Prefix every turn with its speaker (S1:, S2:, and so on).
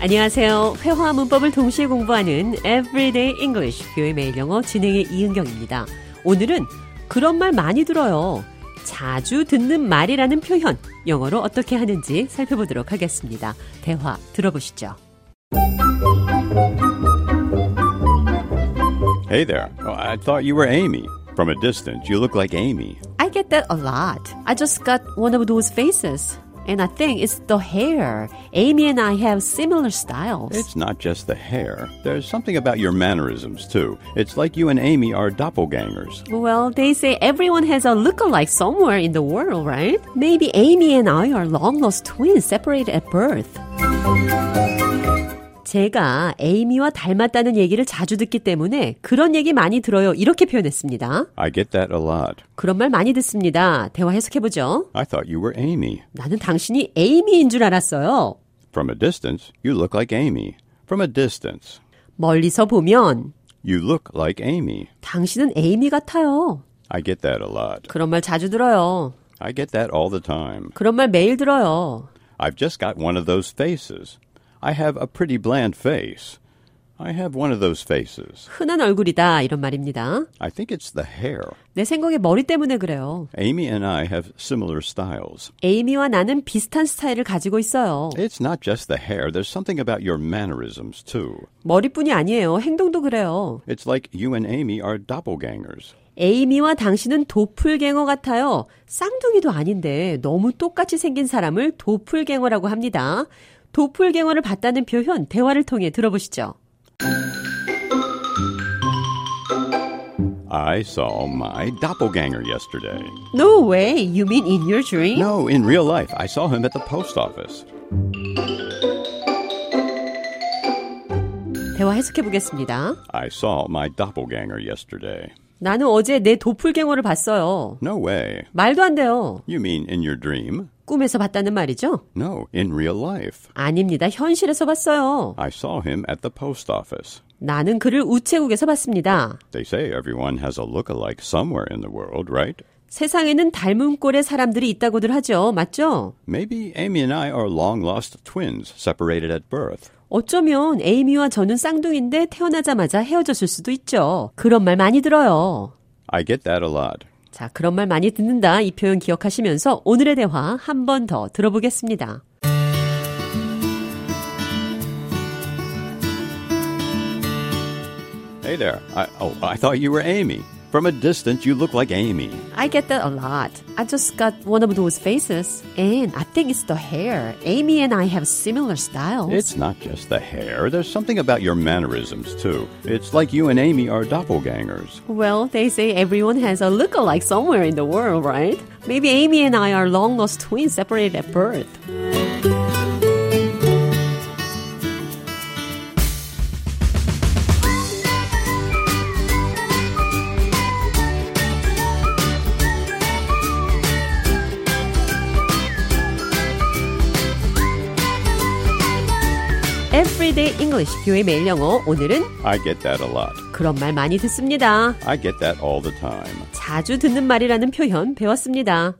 S1: 안녕하세요. 회화와 문법을 동시에 공부하는 Everyday English 교의 매일 영어 진행의 이은경입니다. 오늘은 그런 말 많이 들어요. 자주 듣는 말이라는 표현 영어로 어떻게 하는지 살펴보도록 하겠습니다. 대화 들어보시죠.
S2: Hey there. Oh, I thought you were Amy. From a distance, you look like Amy.
S1: I get that a lot. I just got one of those faces. And I think it's the hair. Amy and I have similar styles.
S2: It's not just the hair. There's something about your mannerisms, too. It's like you and Amy are doppelgangers.
S1: Well, they say everyone has a lookalike somewhere in the world, right? Maybe Amy and I are long lost twins separated at birth. 제가 에이미와 닮았다는 얘기를 자주 듣기 때문에 그런 얘기 많이 들어요. 이렇게 표현했습니다.
S2: I get that a lot.
S1: 그런 말 많이 듣습니다. 대화 해석해보죠.
S2: I thought you were Amy.
S1: 나는 당신이 에이미인 줄 알았어요.
S2: From a distance, you look like Amy. From a distance,
S1: 멀리서 보면
S2: you look like Amy.
S1: 당신은 에이미 같아요.
S2: I get that a lot.
S1: 그런 말 자주 들어요.
S2: I get that all the time.
S1: 그런 말 매일 들어요.
S2: I've just got one of those faces. I have a pretty bland face. I have one of those faces.
S1: 흔한 얼굴이다 이런 말입니다.
S2: I think it's the hair.
S1: 내 생각에 머리 때문에 그래요.
S2: Amy and I have similar styles.
S1: 에이미와 나는 비슷한 스타일을 가지고 있어요.
S2: It's not just the hair, there's something about your mannerisms, too.
S1: 머리뿐이 아니에요. 행동도 그래요.
S2: It's like you and Amy are doppelgangers.
S1: 에이미와 당신은 도플갱어 같아요. 쌍둥이도 아닌데 너무 똑같이 생긴 사람을 도플갱어라고 합니다. 도플갱어를 봤다는 표현 대화를 통해 들어보시죠.
S2: I saw my doppelganger yesterday.
S1: No way. You mean in your dream?
S2: No, in real life, I saw him at the post office.
S1: 대화 해석해 보겠습니다.
S2: I saw my doppelganger yesterday.
S1: 나는 어제 내 도플갱어를 봤어요.
S2: No way.
S1: 말도 안 돼요.
S2: You mean in your dream?
S1: 꿈에서 봤다는 말이죠?
S2: No, in real life.
S1: 아닙니다. 현실에서 봤어요.
S2: I saw him at the post office.
S1: 나는 그를 우체국에서 봤습니다.
S2: They say everyone has a lookalike somewhere in the world, right?
S1: 세상에는 닮은 꼴의 사람들이 있다고들 하죠. 맞죠?
S2: Maybe Amy and I are long lost twins separated at birth.
S1: 어쩌면 에이미와 저는 쌍둥이인데 태어나자마자 헤어졌을 수도 있죠. 그런 말 많이 들어요.
S2: I get that a lot.
S1: 자, 그런 말 많이 듣는다. 이 표현 기억하시면서 오늘의 대화 한 번 더 들어보겠습니다.
S2: Hey there. I, oh, I thought you were Amy. From a distance, you look like Amy.
S1: I get that a lot. I just got one of those faces. And I think it's the hair. Amy and I have similar styles.
S2: It's not just the hair. There's something about your mannerisms, too. It's like you and Amy are doppelgangers.
S1: Well, they say everyone has a lookalike somewhere in the world, right? Maybe Amy and I are long lost twins separated at birth. Everyday English, 교의 매일 영어. 오늘은
S2: I get that a lot.
S1: 그런 말 많이 듣습니다.
S2: I get that all the time.
S1: 자주 듣는 말이라는 표현 배웠습니다.